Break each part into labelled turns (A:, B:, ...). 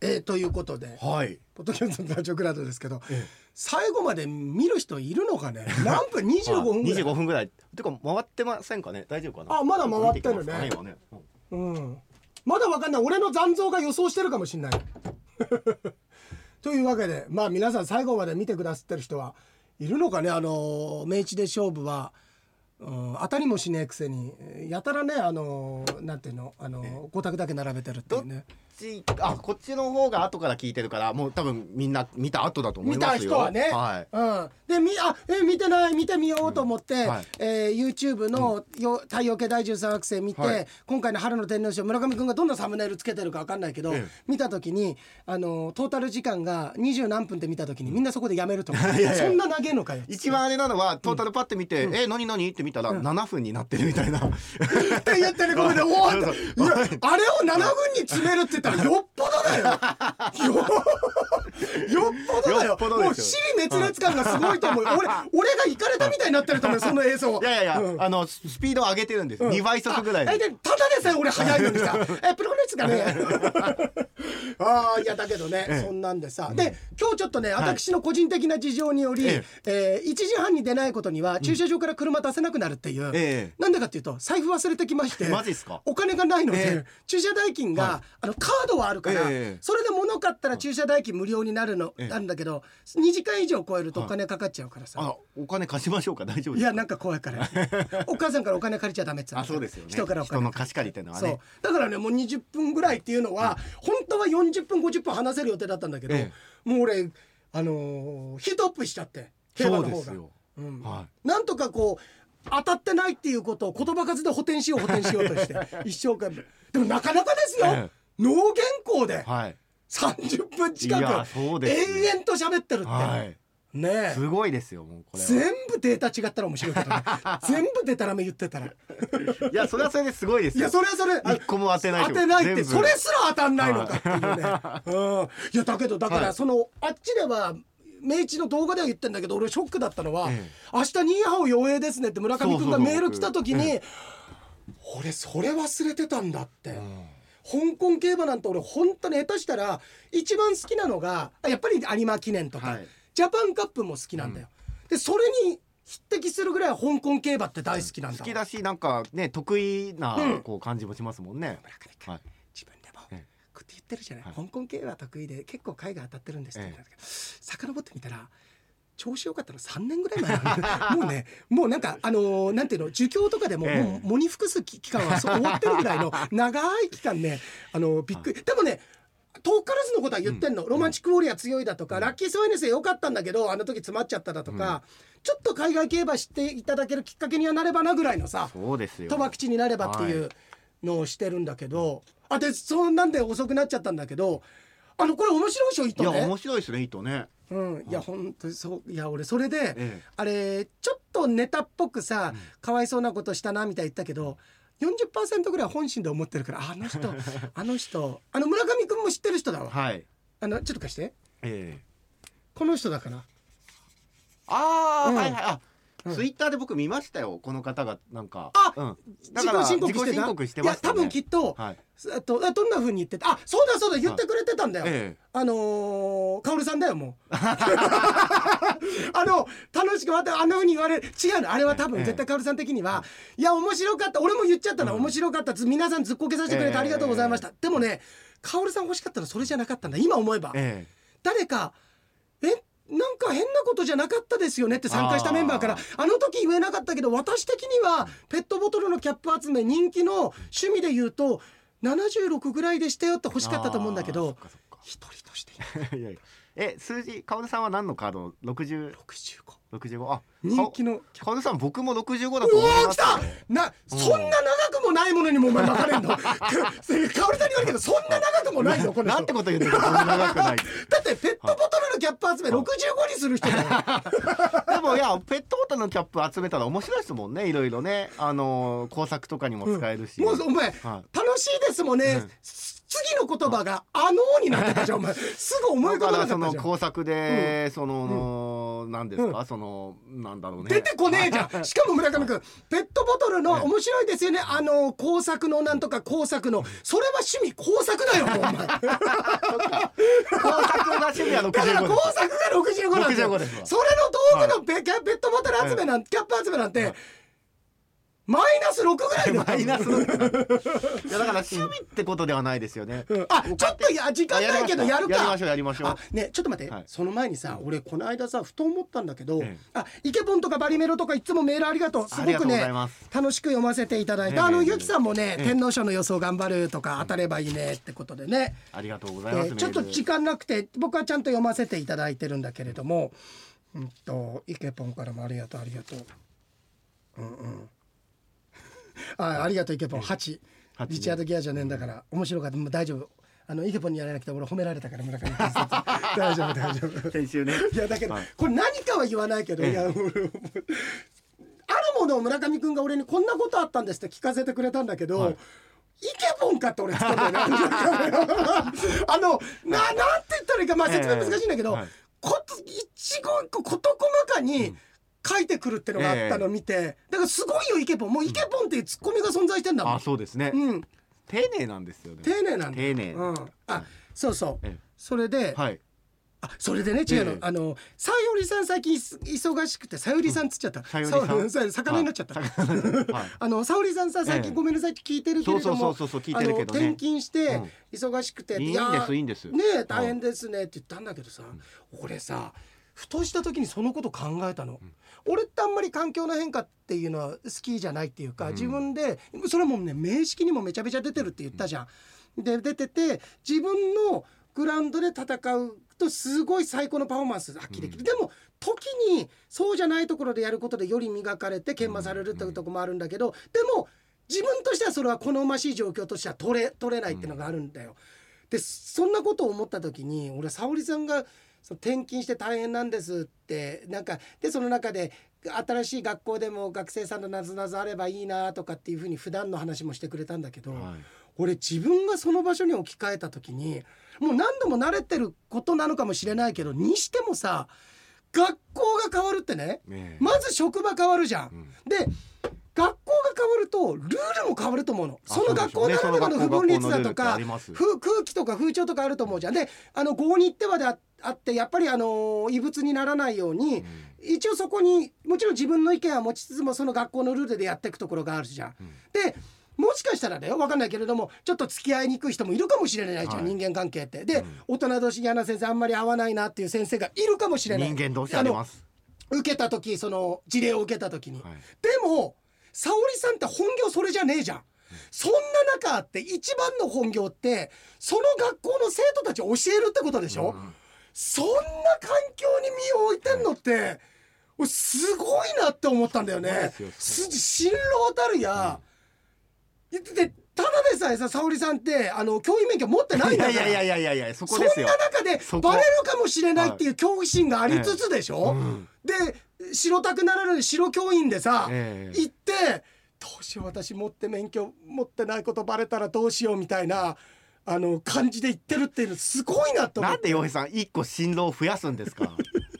A: えーということで、
B: はい。
A: ポッドキャストのラジオクラウドですけど、
B: ええ
A: 最後まで見る人いるのか ね。何分？25分ぐらい。
B: 25分ぐらい。てか回ってませんかね。大丈夫かな。
A: あまだ回ってるね
B: 見てきますか今ねうん
A: うん、まだわかんない俺の残像が予想してるかもしんない というわけでまあ皆さん最後まで見てくださってる人はいるのかねあのー明治で勝負は、うん、当たりもしねえくせにやたらねあのーなんていうのあのー5択だけ並べてるっていうね
B: こっちあこっちの方が後から聞いてるからもう多分みんな見た後だと思い
A: 見
B: ま
A: た
B: すよ
A: 人はね、
B: はい
A: うん、でみあえ見てない見てみようと思って、
B: んはい
A: えー YouTube のよ「太陽系第13惑星」見て、
B: はい
A: 今回の「春の天皇賞」村上君がどんなサムネイルつけてるか分かんないけど、
B: ええ
A: 見た時にあのトータル時間が二十何分って見た時にみんなそこでやめると思う
B: いやいや
A: そんな長えのかよ
B: 一番あれなのはトータルパッて見て、え何何って見たら7分になってるみた いな、
A: って言ってね ごめんねおおいやあれを7分に詰めるって言ったらよっぽど だよよよっぽどだよ
B: よっぽど
A: もう
B: です
A: 死
B: よ
A: に滅裂感がすごいと 思う俺俺が行かれたみたいになってると思うその映像
B: いやいやいや、
A: うん
B: あのススピードを上げてるんです、2倍速ぐらい
A: あえ
B: で
A: でただでさえ俺早いのに さえプロレスがねああいやだけどね、
B: ええ
A: そんなんでさで今日ちょっとね私の個人的な事情により、
B: え
A: えー1時半に出ないことには駐車場から車出せなくなるっていう、
B: ええ
A: なんでかっていうと財布忘れてきまして
B: マジっすか
A: お金がないので、
B: ええ
A: 駐車代金が、あのカードはあるから、
B: ええ
A: それで物買ったら駐車代金無料になるの、
B: ええ
A: なんだけど2時間以上超えるとお金かかっちゃうからさ、
B: あお金貸しましょうか大丈夫
A: い
B: ですか
A: やなんか怖いから お母さんからお金借りちゃダメって言
B: あ
A: ってた
B: そうですよね
A: 人からお金
B: の貸し借りっていうのは
A: そう
B: ね
A: だからねもう20分ぐらいっていうのは、本当は40分50分話せる予定だったんだけど、
B: え
A: もう俺あのーヒートアップしちゃって競馬
B: そ
A: の
B: う
A: 方
B: で
A: が
B: すよ、
A: うん
B: は
A: なんとかこう当たってないっていうことを言葉数で補填しよう補填しようと して一生懸命でもなかなかですよ、
B: ええ
A: 脳原稿で
B: いはい
A: 30分近
B: い
A: く
B: やそうですよ
A: 延々と喋ってるって、
B: はい
A: ねえ
B: すごいですよもうこれ
A: 全
B: は
A: 部データ違ったら面白いけ どね全部デタラメ言ってたら
B: いやそれはそれですごいです
A: い
B: よ
A: やそれはそれあ
B: 一個も当てない
A: 当てないって
B: 全部
A: それすら当たんないのかっていうね、うん、いやだけどだか
B: は
A: ら
B: い
A: その、あっちでは明治の動画では言ってんだけど俺ショックだったのは「
B: ええ
A: 明日ニーハオ陽営ですね」って村上君
B: そうそう
A: が
B: そう
A: メール来た時に
B: え
A: 「俺それ忘れてたんだ」って。
B: うん
A: 香港競馬なんて俺本当に下手したら一番好きなのがやっぱり有馬記念とか、
B: はい
A: ジャパンカップも好きなんだよ、でそれに匹敵するぐらい香港競馬って大好きなんだ、
B: 好きだしなんかね得意
A: うん
B: なこう感じもしますもんね、
A: 村上君
B: はい
A: 自分でも
B: ええ
A: こうやって言ってるじゃない、
B: はい
A: 香港系は得意で結構海外当たってるんですって
B: ええ
A: 言ったんですけど、遡ってみたら調子良かったの3年ぐらい前なの もうねもうなんかあのーなんていうの儒教とかでも,、
B: ええ
A: もう喪に服す期間はそう終わってるぐら いの長い期間ねあのーびっくり、でもね遠からずのことは言ってんの、ロマンチックウォリアー強いだとか、ラッキー・ソエネス良かったんだけどあの時詰まっちゃっただとか、ちょっと海外競馬知っていただけるきっかけにはなればなぐらいのさ
B: そうですよ
A: 賭博地になればっていうのをしてるんだけど、あでそんなんで遅くなっちゃったんだけどあのこれ面白いでしょ伊
B: い
A: 藤
B: や
A: ね
B: 面白いですね糸ね
A: うん、いや本当にそういや俺それで、
B: ええ
A: あれちょっとネタっぽくさ、かわいそうなことしたなみたいに言ったけど40%ぐらい本心で思ってるからあの 人あの人あの村上君も知ってる人だわ
B: はい
A: あのちょっと貸して
B: ええ
A: この人だから
B: ああ、
A: うん
B: はいはいあ、
A: うん
B: ツイッターで僕見ましたよこの方がなんか
A: あ
B: うん、だ
A: 自
B: から
A: 己申告してた
B: 自己申告してました、ね、
A: いや多分きっと、
B: はい
A: あとあどんな風に言ってたあそうだそうだ言ってくれてたんだよ、
B: え
A: あのー、カオルさんだよもう あの楽しくまたあんなふうに言われる違うのあれは多分
B: ええ
A: 絶対カオルさん的には、いや面白かった俺も言っちゃったな、
B: うん
A: 面白かったず皆さんずっこけさせてくれ
B: え
A: て
B: え
A: ありがとうございました、でもねカオルさん欲しかったのそれじゃなかったんだ今思えば、
B: ええ
A: 誰かえなんか変なことじゃなかったですよねって参加したメンバーから
B: あ
A: あの時言えなかったけど私的にはペットボトルのキャップ集め人気の趣味で言うと76ぐらいでしたよって欲しかったと思うんだけ
B: あー
A: ど
B: そっかそっか
A: 一人として
B: いやいやえ数字カオルさんは何のカード
A: 65
B: 60 65あ
A: 人気の
B: カオルさん僕も65だと
A: お
B: 思い
A: おー来
B: ますよ
A: たな、
B: うん
A: そんな長くもないものにもお前巻かれんのかかおりさんに言われるけどそんな長くもないのこの
B: な
A: 人
B: んてこと言うんですかそんな長く ない
A: だってペットボトルのキャップ集め65にする人だよ
B: でもいやペットボトルのキャップ集めたら面白いですもんねいろいろねあのー工作とかにも使えるし、
A: もうお前
B: は
A: 楽しいですもんね、
B: うん
A: す次の言葉が「あのー」になってたじゃんお前すぐ思い浮か
B: だか
A: ばな
B: ら
A: か
B: そ
A: った
B: の
A: じゃん
B: 工作で、その何、なん、ですか、そのなんだろうね
A: 出てこねえじゃんしかも村上君ペットボトルの
B: ええ
A: 面白いですよねあの工作のなんとか工作のそれは趣味工作だよもうお前
B: そっか趣味は
A: だ
B: 65
A: から工
B: です
A: 作が65なんですよ
B: 65ですわ
A: それの道具のペ,、ペットボトル集めなんキャップ集めなんて、マイナス6ぐらいの
B: マイナスのいやだから趣味ってことではないですよね、
A: うんあちょっとや時間ないけどやる
B: やりま
A: か
B: しょうやりましょう
A: あねちょっと待って、
B: はい
A: その前にさ俺この間さふと思ったんだけど、
B: ええ
A: あイケポンとかバリメロとかいつもメールありがとうすご
B: ありが
A: く
B: とうござ
A: ね
B: います
A: 楽しく読ませていただい
B: え
A: て
B: え
A: あの
B: ええ
A: ゆきさんもね
B: ええ
A: 天皇賞の予想頑張るとか当たればいいねってことでね
B: ありがとうご
A: え
B: ざいます、
A: ーちょっと
B: メール
A: 時間なくて僕はちゃんと読ませていただいてるんだけれども、うん、とイケポンからもありがとうありがとう。うん うん、あありがとうイケポン8
B: 八ね
A: リチャード・ギアじゃねえんだから面白かったもう大丈夫あのイケポンにやらなくて俺褒められたから村上君大丈夫大丈夫。
B: 先週ね
A: いやだけど、
B: はい
A: これ何かは言わないけど、いや俺もうあるものを村上君が俺にこんなことあったんですって聞かせてくれたんだけど、
B: はい
A: イケボンかって俺つったんだよね あのななんて言ったらいいかまあ
B: ええ
A: 説明難しいんだけど、
B: はい
A: こと一語一語事細かに書いてくるってのがあったのを見て、だからすごいよイケボンもうイケボンっていうツッコミが存在してんだもん
B: あ、そうですね、
A: うん、
B: 丁寧なんですよね
A: 丁寧なんだ
B: 丁寧
A: うん、あそうそう、
B: ええ
A: それで、
B: はい
A: あそれでね違うの、
B: ええ
A: あのさよりさん最近いす忙しくてさよりさんっつっちゃった、
B: さよりさん
A: うそう魚になっちゃった、
B: はい魚になっちゃったはい
A: あのさおりさんさ最近
B: ええ
A: ごめんなさいって聞いてるけれど
B: そ
A: も
B: うそうそうそう聞い
A: あ
B: てる
A: の
B: けどね
A: 転勤して
B: うん
A: 忙しくて、
B: いいん
A: やー
B: ですいいんです
A: ねえ大変ですねって言ったんだけどさ、俺さふとした時にそのこと考えたの、俺ってあんまり環境の変化っていうのは好きじゃないっていうか、
B: うん
A: 自分でそれはもうね名式にもめちゃめちゃ出てるって言ったじゃん。で出てて自分のグラウンドで戦うとすごい最高のパフォーマンス発揮できる、でも時にそうじゃないところでやることでより磨かれて研磨されるっていうところもあるんだけど、でも自分としてはそれは好ましい状況としては取れ取れないっていうのがあるんだよ。でそんなことを思った時に俺沙織さんがその転勤して大変なんですってなんかでその中で新しい学校でも学生さんのなぞなぞあればいいなとかっていうふうに普段の話もしてくれたんだけど、
B: はい
A: 俺自分がその場所に置き換えた時にもう何度も慣れてることなのかもしれないけどにしてもさ学校が変わるってね
B: ねえ
A: まず職場変わるじゃん。
B: うん
A: で学校が変わるとルールも変わると思うの
B: あ
A: その学校ならではの不分律だとか
B: そうでしょうねその学校学校のルールってあります
A: ふ空気とか風潮とかあると思うじゃんであの合に行ってはでああってやっぱりあのー異物にならないように、一応そこにもちろん自分の意見は持ちつつもその学校のルールでやっていくところがあるじゃん。
B: ん
A: でもしかしたらだよ分かんないけれどもちょっと付き合いにくい人もいるかもしれないじゃん、
B: はい
A: 人間関係って。で、
B: うん
A: 大人同士嫌な先生あんまり合わないなっていう先生がいるかもしれない。
B: 人間同士あります
A: あの受けた時その事例を受けた時に。
B: はい
A: でも沙織さんって本業それじゃねえじゃん。そんな中あって一番の本業ってその学校の生徒たちを教えるってことでしょ、そんな環境に身を置いてんのって俺すごいなって思ったんだよ
B: そうで
A: ね
B: すよ
A: す辛労たるや、でただでさえさ沙織さんってあの教員免許持ってないん
B: い
A: だ
B: や
A: から
B: いやいやいやいやいやそこ
A: そん
B: で
A: な
B: すよ
A: 中で
B: そこ
A: バレるかもしれないっていう恐怖心がありつつでしょ、で白たくなられる白教員でさ、
B: ええ
A: 行ってどうしよう私持って免許持ってないことバレたらどうしようみたいなあの感じで行ってるっていうのすごいなと思っ
B: なん
A: て
B: で洋平さん一個新郎増やすんですか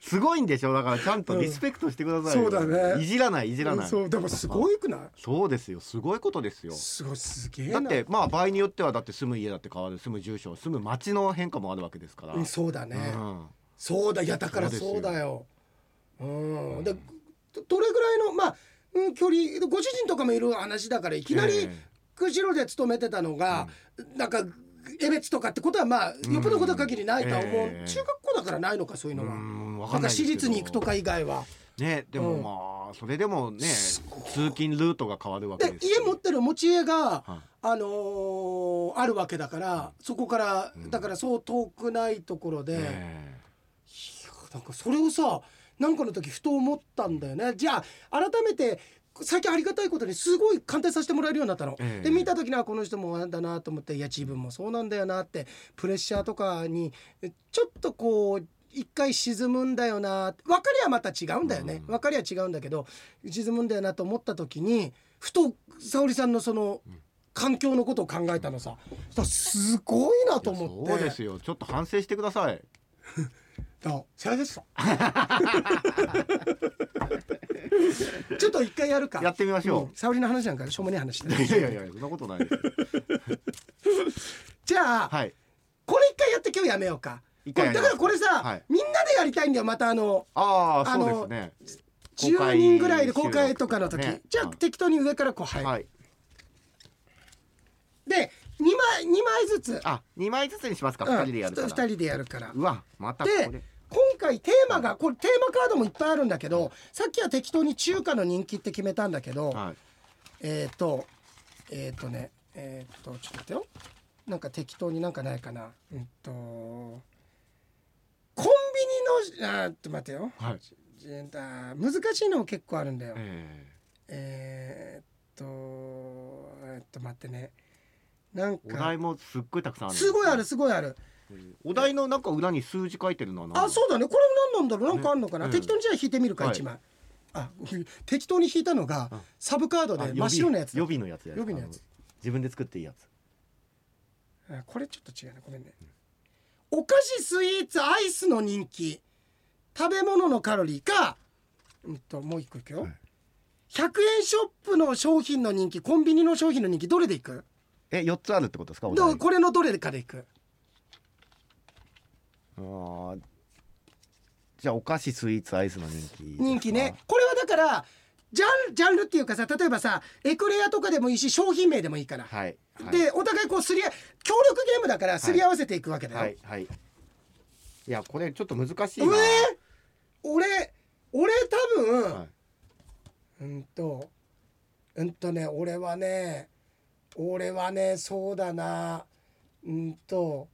B: すごいんでしょだからちゃんとリスペクトしてくださいよ、
A: うんそうだね
B: いじらないいじらない、
A: そうでもすごいくない
B: そうですよすごいことですよ
A: すごいすげえ
B: だ
A: な
B: ってまあ場合によってはだって住む家だって変わる住む住所住む町の変化もあるわけですから、
A: うんそうだね、
B: うん
A: そうだいやだから
B: そうですよ
A: そうだようんでどどれぐらいのまあ、うん、距離ご主人とかもいる話だからいきな
B: え
A: り
B: え
A: 釧路で勤めてたのが、なんか江別とかってことはまあよっぽどことは限りないとは思う、
B: ええ
A: 中学校だからないのかそういうのは、
B: うんわ
A: な
B: か
A: ん
B: ん
A: か
B: ないですけ
A: 私
B: ど
A: 立に行くとか以外は。
B: ねで
A: うん
B: もまあそれでもね
A: すごい
B: 通勤ルートが変わるわけ
A: で
B: ですし
A: 家持ってる持ち家が、
B: は
A: あのーあるわけだからそこから、だからそう遠くないところで、
B: え
A: なんかそれをさなんかの時ふと思ったんだよねじゃあ改めて最近ありがたいことにすごい鑑定させてもらえるようになったの、
B: ええ
A: で見た時にはこの人もなんだなと思っていや自分もそうなんだよなってプレッシャーとかにちょっとこう一回沈むんだよな分かりゃまた違うんだよね、
B: うん
A: 分かりゃ違うんだけど沈むんだよなと思った時にふと沙織さんのその環境のことを考えたのさそしたらすごいなと
B: え
A: 思って
B: そうですよちょっと反省してください
A: あ、それですか。 ちょっと一回やるか。
B: やってみましょう
A: うん。沙織の話なんかしょうもない話だ
B: い
A: ね。
B: やいやいやそんなことないです
A: じゃあ、
B: はい
A: これ一回やって今日やめようか。
B: 一
A: こ
B: 回
A: れ
B: や
A: だ
B: りま
A: か
B: す
A: らこれさ、
B: はい
A: みんなでやりたいんだよまたあの
B: ああ
A: あ
B: そ
A: の
B: うですね公
A: 10
B: 開
A: 人ぐらいで公開
B: 収録
A: とかの時、
B: ね
A: じゃあ
B: はい
A: 適当に上からこうはい、
B: はい
A: で2枚二枚ずつ
B: あ二枚ずつにしますか
A: うん
B: 二人でやるから
A: ふた二人でやるから
B: うわまたこ
A: で
B: れ
A: 今回テーマがこれテーマカードもいっぱいあるんだけどさっきは適当に中華の人気って決めたんだけど、
B: はい
A: えっ、ー、とえっ、ー、とねえっ、ー、とちょっと待ってよなんか適当になんかないかなうんとコンビニのあーちょっと待ってよ
B: はい
A: えーあー難しいのも結構あるんだよ
B: え
A: えー、っとえーっと待ってねなん
B: ーお題
A: か
B: もすっごいたくさんある
A: すごいあるすごいある
B: お題のなんか裏に数字書いてるのは何
A: あそうだねこれ何なんだろうなんかあんのかな、
B: ね
A: 適当にじゃあ引いてみるか
B: はい
A: 1枚、あ 適当に引いたのが
B: うん
A: サブカード
B: あ
A: で
B: 予
A: 真っ
B: 備
A: 白なやつだ
B: 予備のやつや
A: 予備のやつ
B: あ自分で作っていいやつ
A: あこれちょっと違うなごめんねお菓子スイーツアイスの人気食べ物のカロリーかうんともう一個いくよ、
B: はい
A: 100円ショップの商品の人気コンビニの商品の人気どれでいく
B: え四つあるってことですかお
A: ど
B: 題
A: うこれのどれかでいく
B: あーじゃあお菓子スイーツアイスの人気ですか
A: 人気ねこれはだからジャンジャンルっていうかさ例えばさエクレアとかでもいいし商品名でもいいから、
B: はいはい
A: でお互いこうすりあ協力ゲームだからすり合わせていくわけだよ、
B: はいはいいやこれちょっと難しいう
A: え
B: な、
A: 俺俺多分、
B: はい
A: うんとうんとね俺はね俺はねそうだなうんと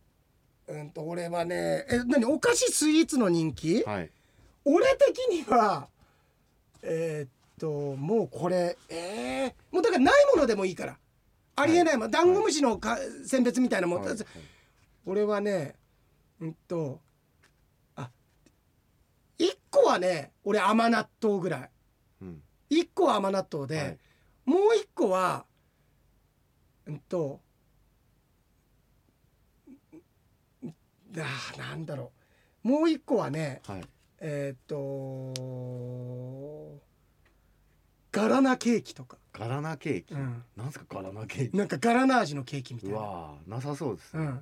A: うんと俺はねえ何お菓子スイーツの人気、
B: はい
A: 俺的にはえーっともうこれえー、もうだからないものでもいいからありえないもん、ダンゴムシのか選別みたいなもん、
B: はい
A: 俺はねうんとあ一個はね俺甘納豆ぐらい
B: うん
A: 一個は甘納豆で、
B: はい
A: もう一個はうんとんあーなんだろうもう一個はね
B: はい
A: えーっ、とガラナケーキとか、
B: ガラナケーキ、
A: うん
B: なんすかガラナケーキ
A: なんかガラナ味のケーキみたいうな。
B: わーなさそうです
A: う
B: ね、
A: ん、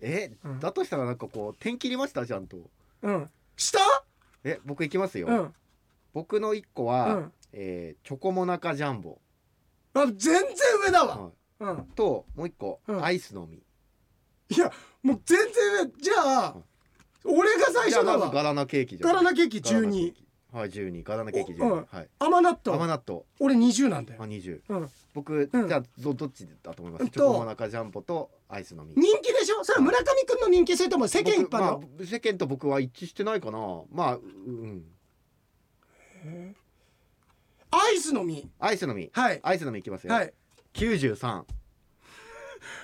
B: え、
A: うん
B: だとしたらなんかこう点切りましたちゃんと
A: うん、した？
B: え僕いきますよ、
A: うん、
B: 僕の一個は、
A: うん
B: えーチョコモナカジャンボ、
A: あ全然上だわ。
B: は
A: うん、
B: いともう一個、
A: うん
B: アイスのみ
A: いやもう全然上。じゃあ、俺が最
B: じゃあ
A: 初だ
B: まずガ
A: わ。
B: ラナケーキじゃ
A: ガラ
B: ん
A: ナケーキ
B: ガ
A: 十
B: ラナケー
A: 二
B: キ、はい十二ガラナケーキ十
A: お
B: 二
A: うん
B: はい
A: 甘納
B: 甘
A: 豆。
B: 納豆
A: 俺二十なんだよ
B: あ。二十
A: うん、
B: 僕、
A: うん
B: じゃあどどっちだと思いま
A: うん
B: す
A: と
B: チョコモナカジャンボとアイスのみ
A: 人気でしょ？それは村上くんの人気それとも世間一
B: 僕
A: 般
B: ま
A: の
B: あ、世間と僕は一致してないかなまあううん
A: アイスの実。
B: アイスのみ
A: はい
B: アイスのみいきますよ、
A: はい
B: 九十三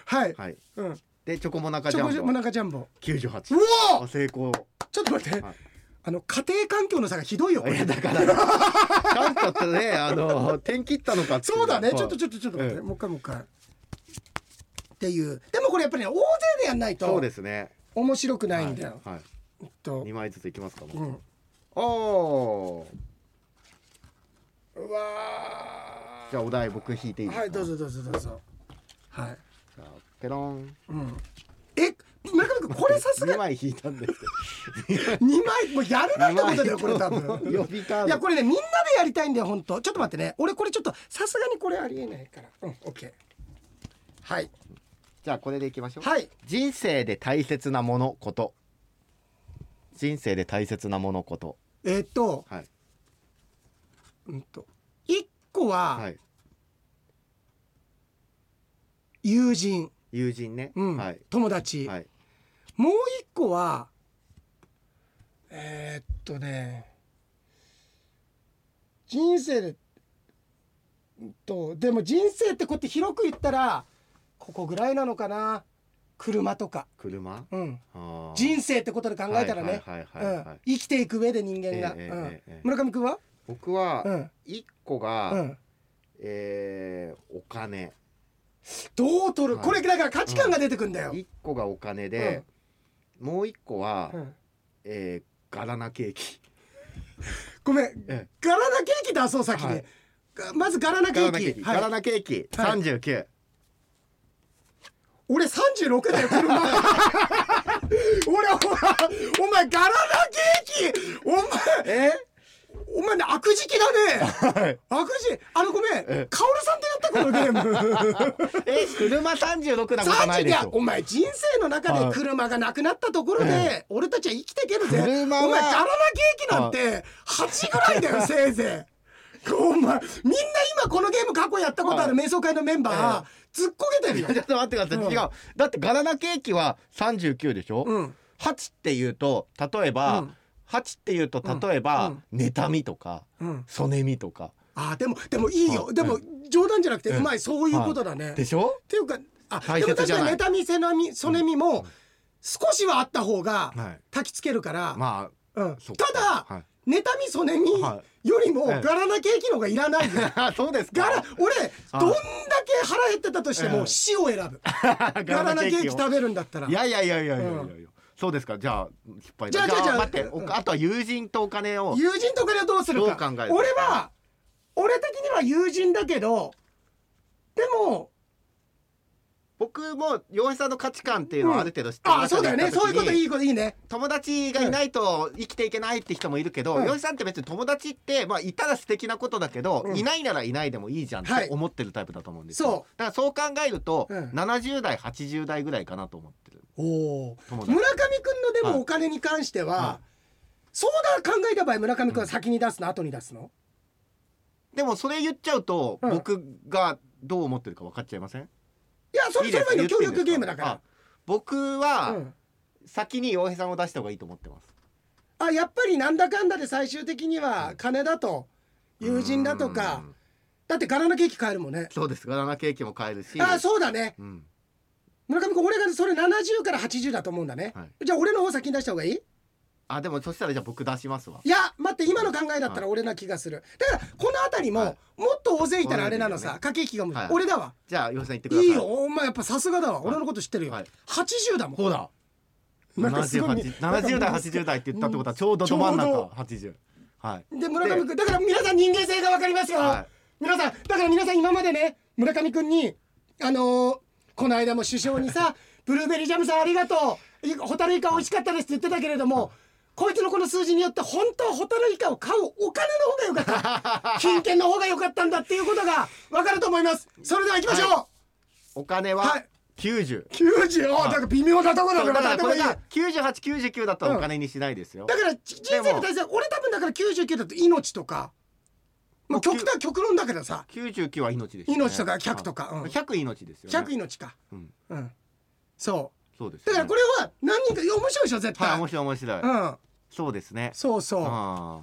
A: はい。
B: はい
A: うん、
B: でチョコモナカ
A: チ
B: ジ
A: ョコジャ
B: ャ
A: ム
B: ンボ
A: ナカジャンボ。
B: 九十八
A: うおー。
B: 成功
A: ちょっと待って、
B: はい
A: あの家庭環境の差がひどいよこ
B: いや
A: れ
B: だからちゃんとやったねあの点切ったのかってい
A: そうだね
B: はい
A: ちょっとちょっとちょっと待って、
B: う
A: もう一回もう一回っていうでもこれやっぱりね大勢でやんない
B: そう
A: と
B: ですね
A: 面白くないんだよ、
B: はいはい
A: えっと
B: 二枚ずついきますかもう
A: うん
B: おー
A: うわ
B: じゃあお題僕引いていい
A: ー
B: ですか
A: はいどうぞどうぞどうぞはい
B: じゃあペロン
A: うんえ村上君これさすが
B: 2枚引いたんですけど
A: 2枚もうやるなってことだよこれ多分
B: 呼びカード
A: いやこれねみんなでやりたいんだよ本当ちょっと待ってね俺これちょっとさすがにこれありえないからうん OK はい
B: じゃあこれでいきましょう
A: はい
B: 人生で大切なものこと人生で大切なものこと
A: えーっと
B: はい
A: うんと1個
B: は
A: はい友人、
B: 友人ね
A: うん
B: はい
A: 友達、
B: はい
A: もう1個はえーっとね人生でうんとでも人生ってこうやって広く言ったらここぐらいなのかな車とか、
B: 車
A: うん、
B: あー
A: 人生ってことで考えたらね
B: はいはいはいはいは
A: うん
B: い
A: 生きていく上で人間が、
B: ええええ
A: うん
B: ええ
A: 村上君は、
B: 僕
A: う
B: は
A: ん
B: 一個
A: う
B: が
A: ん、
B: えーお金
A: どう取る、
B: はい
A: これだから価値観が出てくんだよ、
B: 一個がお金でもう一個は
A: うん
B: えーガラナケーキ
A: ごめん
B: え
A: ガラナケーキ出そう先で、
B: はい
A: がまずガラナケー
B: ガラナケーキ
A: キ、
B: ガ
A: は
B: ラ
A: い、
B: ナケーキ
A: はい
B: 三十九
A: 俺36だよ車俺ほらお前ガラナケーキお前
B: え
A: お前ね悪事気だね
B: はい
A: 悪事あのごめんカオルさんとやったこのゲーム
B: え車36なこと
A: サ
B: な
A: ー
B: い
A: チ
B: で
A: い
B: し
A: や
B: ょ
A: お前人生の中
B: は
A: で
B: い
A: 車がなくなったところで俺たちは生きていけるぜお前
B: 車は
A: ガラナケーキなんて8ぐらいだよせいぜいお前みんな今このゲーム過去やったことある
B: は
A: 瞑想会のメンバー突っこけてるよ
B: ちょっと待ってください、違うだってガラナケーキは39でしょ、
A: うん
B: 8っていうと例えば、
A: うん
B: 8っていうと例えば、妬みとか、
A: うん
B: そねみとか、
A: あーでもでもいいよ
B: はい
A: でも冗談じゃなくて
B: ええ
A: うまいそういうことだね
B: でしょ
A: っていうかあ
B: 大
A: でも
B: 切
A: 確
B: じゃ
A: か
B: な
A: に妬
B: い
A: みせなみそねみも少しはあった方が
B: はい
A: 焚きつけるから、
B: ま
A: うん、
B: そう
A: ただ、
B: はい
A: 妬みそねみ
B: は
A: よりも
B: ええ
A: ガラナケーキの方がいらないよ
B: あそうです
A: ガ
B: か
A: ラ俺どんだけ腹減ってたとしても
B: ええ
A: 死 を選ぶガラナケーキ
B: を
A: 食べるんだったら
B: いやいやいやいやいやいや、
A: う
B: そうですかじゃあ失敗だ
A: じゃあじゃあじゃあ
B: 待って、おあとは友人とお金を
A: 友人とかでどうするか
B: どう考える
A: 俺は俺的には友人だけどでも
B: 僕も洋平さんの価値観っていうの
A: うん
B: はある程度知ってる
A: あ
B: 中
A: あ
B: で
A: そうだよね
B: 行った時
A: そういうこ
B: に
A: といいこといいね
B: 友達がいないと生きていけないって人もいるけど、
A: うん
B: 洋平さんって別に友達って、まあ、いたら素敵なことだけど、
A: うん
B: いないならいないでもいいじゃんっ
A: はい
B: て思ってるタイプだと思うんですよ、
A: そう
B: だからそう考えると、
A: うん
B: 70代80代ぐらいかなと思ってる
A: おお
B: 友
A: 村
B: 達
A: 上君ので
B: は
A: も
B: い
A: お金に関しては、
B: は
A: 相談考えた場合村上君は先に出すの、後に出すの
B: でもそれ言っちゃうと、
A: うん
B: 僕がどう思ってるか分かっちゃいません
A: いやそれ
B: いい
A: そ
B: で
A: れは
B: す
A: いいの
B: 言って
A: 協
B: いいん
A: 力
B: です
A: ゲームだか
B: あ僕
A: ら、
B: は、
A: うん
B: 先に洋平さんを出した方がいいと思ってます
A: あやっぱりなんだかんだで最終的には金だと友人だとか
B: うん
A: だって柄のケーキ買えるもんね
B: そうですガラナケーキも買えるし
A: あそうだね
B: うん
A: 村上君俺がそれ70から80だと思うんだね、
B: はい
A: じゃあ俺の方先に出した方がいい
B: あでもそしたらじゃあ僕出しますわ
A: いや待って今の考えだったら俺な気がするだからこの辺りも、
B: はい
A: もっと大勢いたらあれなのさ、
B: はい
A: 駆け引きがもう、
B: はい
A: 俺だわ
B: じゃあ洋平さん言ってください
A: いいよお前やっぱさすがだわ俺のこと知ってるよ、
B: はい
A: 80だもん
B: ほら
A: なんかすごい
B: 78 70代80代って言ったってことはちょうどど真ん中80はい
A: で村上君だから皆さん人間性が分かりますよ、
B: はい
A: 皆さんだから皆さん今までね村上君にあのーこの間も首相に さ「ブルーベリージャムさんありがとういホタルイカ美味しかったです」って言ってたけれどもこいつのこの数字によって本当はホタルイカを買うお金の方が良かった 金券の方が良かったんだっていうことが分かると思いますそれでは行きましょう、
B: お金
A: は
B: はい90
A: 90お
B: はい
A: だから微妙なところだか
B: だからら
A: で
B: こ
A: もい
B: れ
A: いだ
B: が9899だったらお金にしないですよ
A: から人生に対して俺多分だから99だと命とか、まあ、
B: もうきゅ
A: 極端極論だけどさ
B: 99は命ですよね
A: 命とか100とか
B: はい
A: うん
B: 100命ですよね
A: 100命か、
B: うん
A: うん、そ
B: そうです
A: うだ
B: よね
A: からこれは何人かいや面白いでしょ絶対、
B: はい面白い面白い
A: うん
B: そうですね
A: そうそうあ
B: あー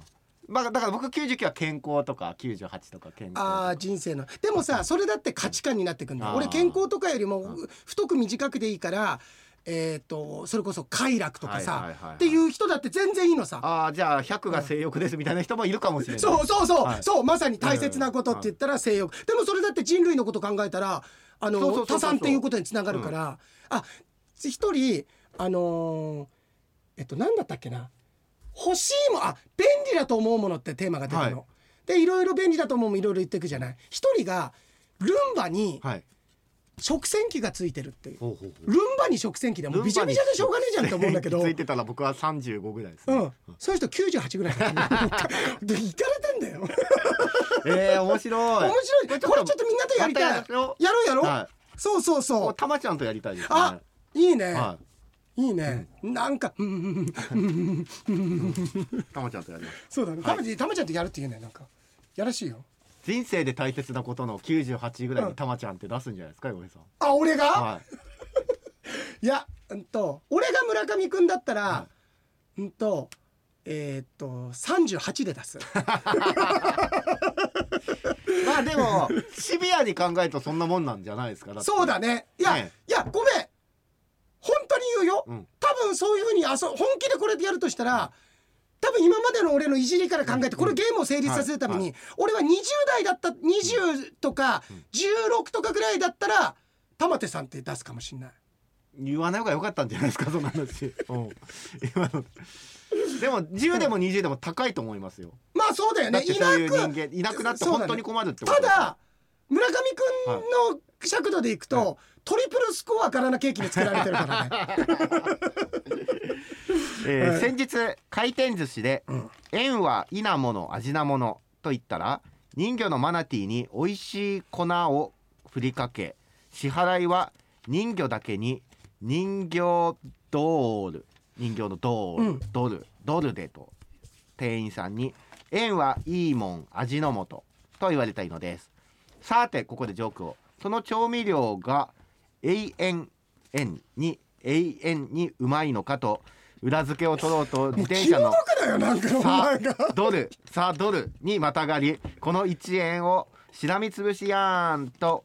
B: まあだから僕99は健康とか98とか健康とか
A: あー人生のでもさそれだって価値観になってくんだ
B: あ
A: よ
B: ー
A: 俺健康とかよりも太く短くでいいからえっ、とそれこそ快楽とかさ、
B: はいはいはいはい
A: っていう人だって全然いいのさ
B: ああじゃあ100が性欲ですみたいな人もいるかもしれない
A: そうそうそう、
B: はい
A: そうまさに大切なことって言ったら性欲、でもそれだって人類のこと考えたらあの
B: そうそうそうそう
A: 多産っていうことにつながるから、あ一人あのーえっと何だったっけな欲しいもんあ便利だと思うものってテーマが出るの、
B: はい
A: でいろいろ便利だと思うもいろいろ言っていくじゃない一人がルンバに
B: はい
A: 食洗機がついてるっていう、
B: ほうほうほう
A: ルンバに食洗機でもうビチャビチャでしょうがねえじゃんって思うんだけ ど
B: ついてたら僕は35ぐらいです、
A: う
B: ね
A: ん、そういう人98ぐらいだから でいかれてんだよ
B: えー、面白い
A: 面白いこれちょっとみんなとやりたい
B: またやろう
A: やろうやろう、
B: は
A: そうそうそ
B: もう
A: う
B: たまちゃんとやりたいですね
A: あいいね、、
B: はい
A: いね、なんかうんうんうん
B: いたまちゃんとやります
A: そうだねたま,、たまちゃんとやるって言うねなんかやらしいよ
B: 人生で大切なことの98ぐらいにたまちゃんって出すんじゃないですか洋平さん
A: あ俺が、
B: はい
A: い、やうんと俺が村上くんだったら、うんとえーっと38で出す
B: まあでもシビアに考えるとそんなもんなんじゃないですかだって
A: そうだねいや、
B: ね
A: いやごめん本当に言うよ、
B: うん
A: 多分そういうふうにあそう本気でこれでやるとしたら多分今までの俺のいじりから考えてこれゲームを成立させるために、
B: はい
A: 俺は20代だった20とか16とかぐらいだったら玉手さんって出すかもしれない。
B: 言わない方が良かったんじゃないですかそんな話うん今のでも10でも20でも高いと思いますよ
A: まあそうだよ
B: だ
A: ね。
B: ってそういう
A: いなく
B: 人間いなくなって
A: そうだね
B: 本当に困るってこと
A: た
B: ですよ
A: だ村上くんの尺度でいくと、トリプルスコアからのケーキに作られてるからね。
B: えー
A: はい
B: 先日回転寿司で「縁は異なもの味なもの」と言ったら人魚のマナティーに美味しい粉をふりかけ支払いは人魚だけに人形ドール人形のドール、
A: うん
B: ドルドルでと店員さんに「縁はいいもん味の素」と言われたいのですさてここでジョークをその調味料が永遠円に永遠にうまいのかと裏付けを取ろうと 自
A: もう
B: 転
A: 気
B: 車
A: の
B: の
A: 毒だよなんかお
B: さ
A: 前が
B: あドルさあドルにまたがりこの1円をしらみつぶしやんと、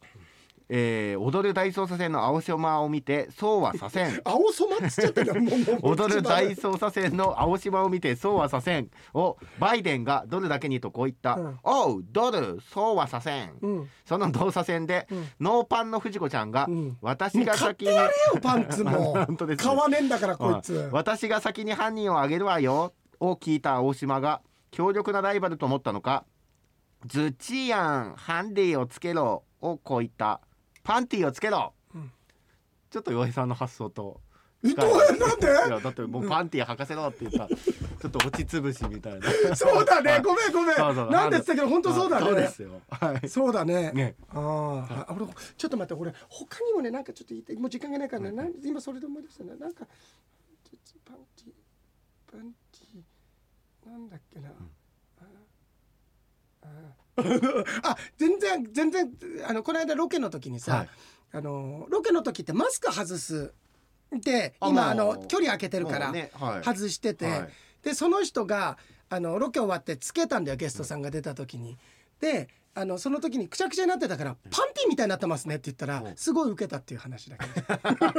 B: えー踊る大捜査線の青島を見てそうはさ せん
A: 青染まっつっちゃってるよもうもうもう
B: 踊る大捜査線の青島を見てそうはさせんをバイデンがドルだけにとこう言った「
A: うん
B: おうドルそうはさせん」
A: うん
B: その動作線で、
A: ん
B: ノーパンの藤子ちゃんが、
A: うん
B: 私
A: もう
B: が
A: 買っ
B: 先
A: て
B: に
A: やれよパンツも
B: 本当ですね
A: 買わねえんだからこいつ
B: 私が先に犯人をあげるわよを聞いた大島が強力なライバルと思ったのか「ズッチーやんハンディをつけろ」をこう言った「パンティをつけろ」
A: ん
B: ちょっと岩井さんの発想と
A: え
B: 近い
A: どうやなんで
B: いやだってもうパンティ履かせろって言ったちょっと落ちつぶしみたいな
A: そうだね
B: はい
A: ごめんごめ
B: そうそうん
A: なんでっつったけど本当そうだ
B: そうで
A: ね
B: すよはい
A: そうだね。
B: ね
A: ああ、あ俺ちょっと待って、俺他にもねなんかちょっと言ってもう時間がないからね、なん今それで思い出したね。なんかパンティパンティなんだっけな。 あああ全然全然あのこの間ロケの時にさ、
B: はい
A: あのロケの時ってマスク外すで
B: あ
A: 今
B: もう
A: あの距離空けてるから、
B: もうねはい
A: 外してて、
B: はい
A: でその人があのロケ終わってつけたんだよゲストさんが出た時に。であのその時にくちゃくちゃになってたから「パンティーみたいになってますね」って言ったら
B: うん
A: すごい受けたっていう話だけど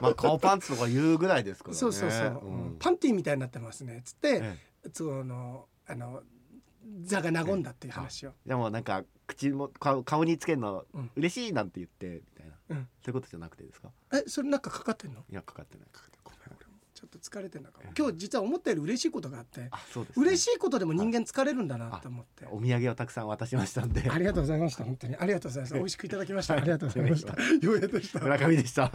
B: まあ顔パンツとか言うぐらいですからね
A: そうそうそう「パンティーみたいになってますね」っつって
B: え
A: そのあの座が和んだっていう話を
B: でもなんか口も顔顔につけるの
A: うん
B: 嬉しいなんて言ってみたいな、
A: うん
B: そういうことじゃなくてですか
A: えそれなんかかかってんの
B: いやかかってないかかって
A: ごめん俺もちょっと疲れてんだから今日実は思ったより嬉しいことがあって
B: あそうです、
A: 嬉
B: い
A: しいことでも人間疲れるんだなと思って
B: お土産をたくさん渡しましたんで
A: ありがとうございました本当にありがとうございました美味しくいただきましたありがとうございましたようやでした
B: 村上でした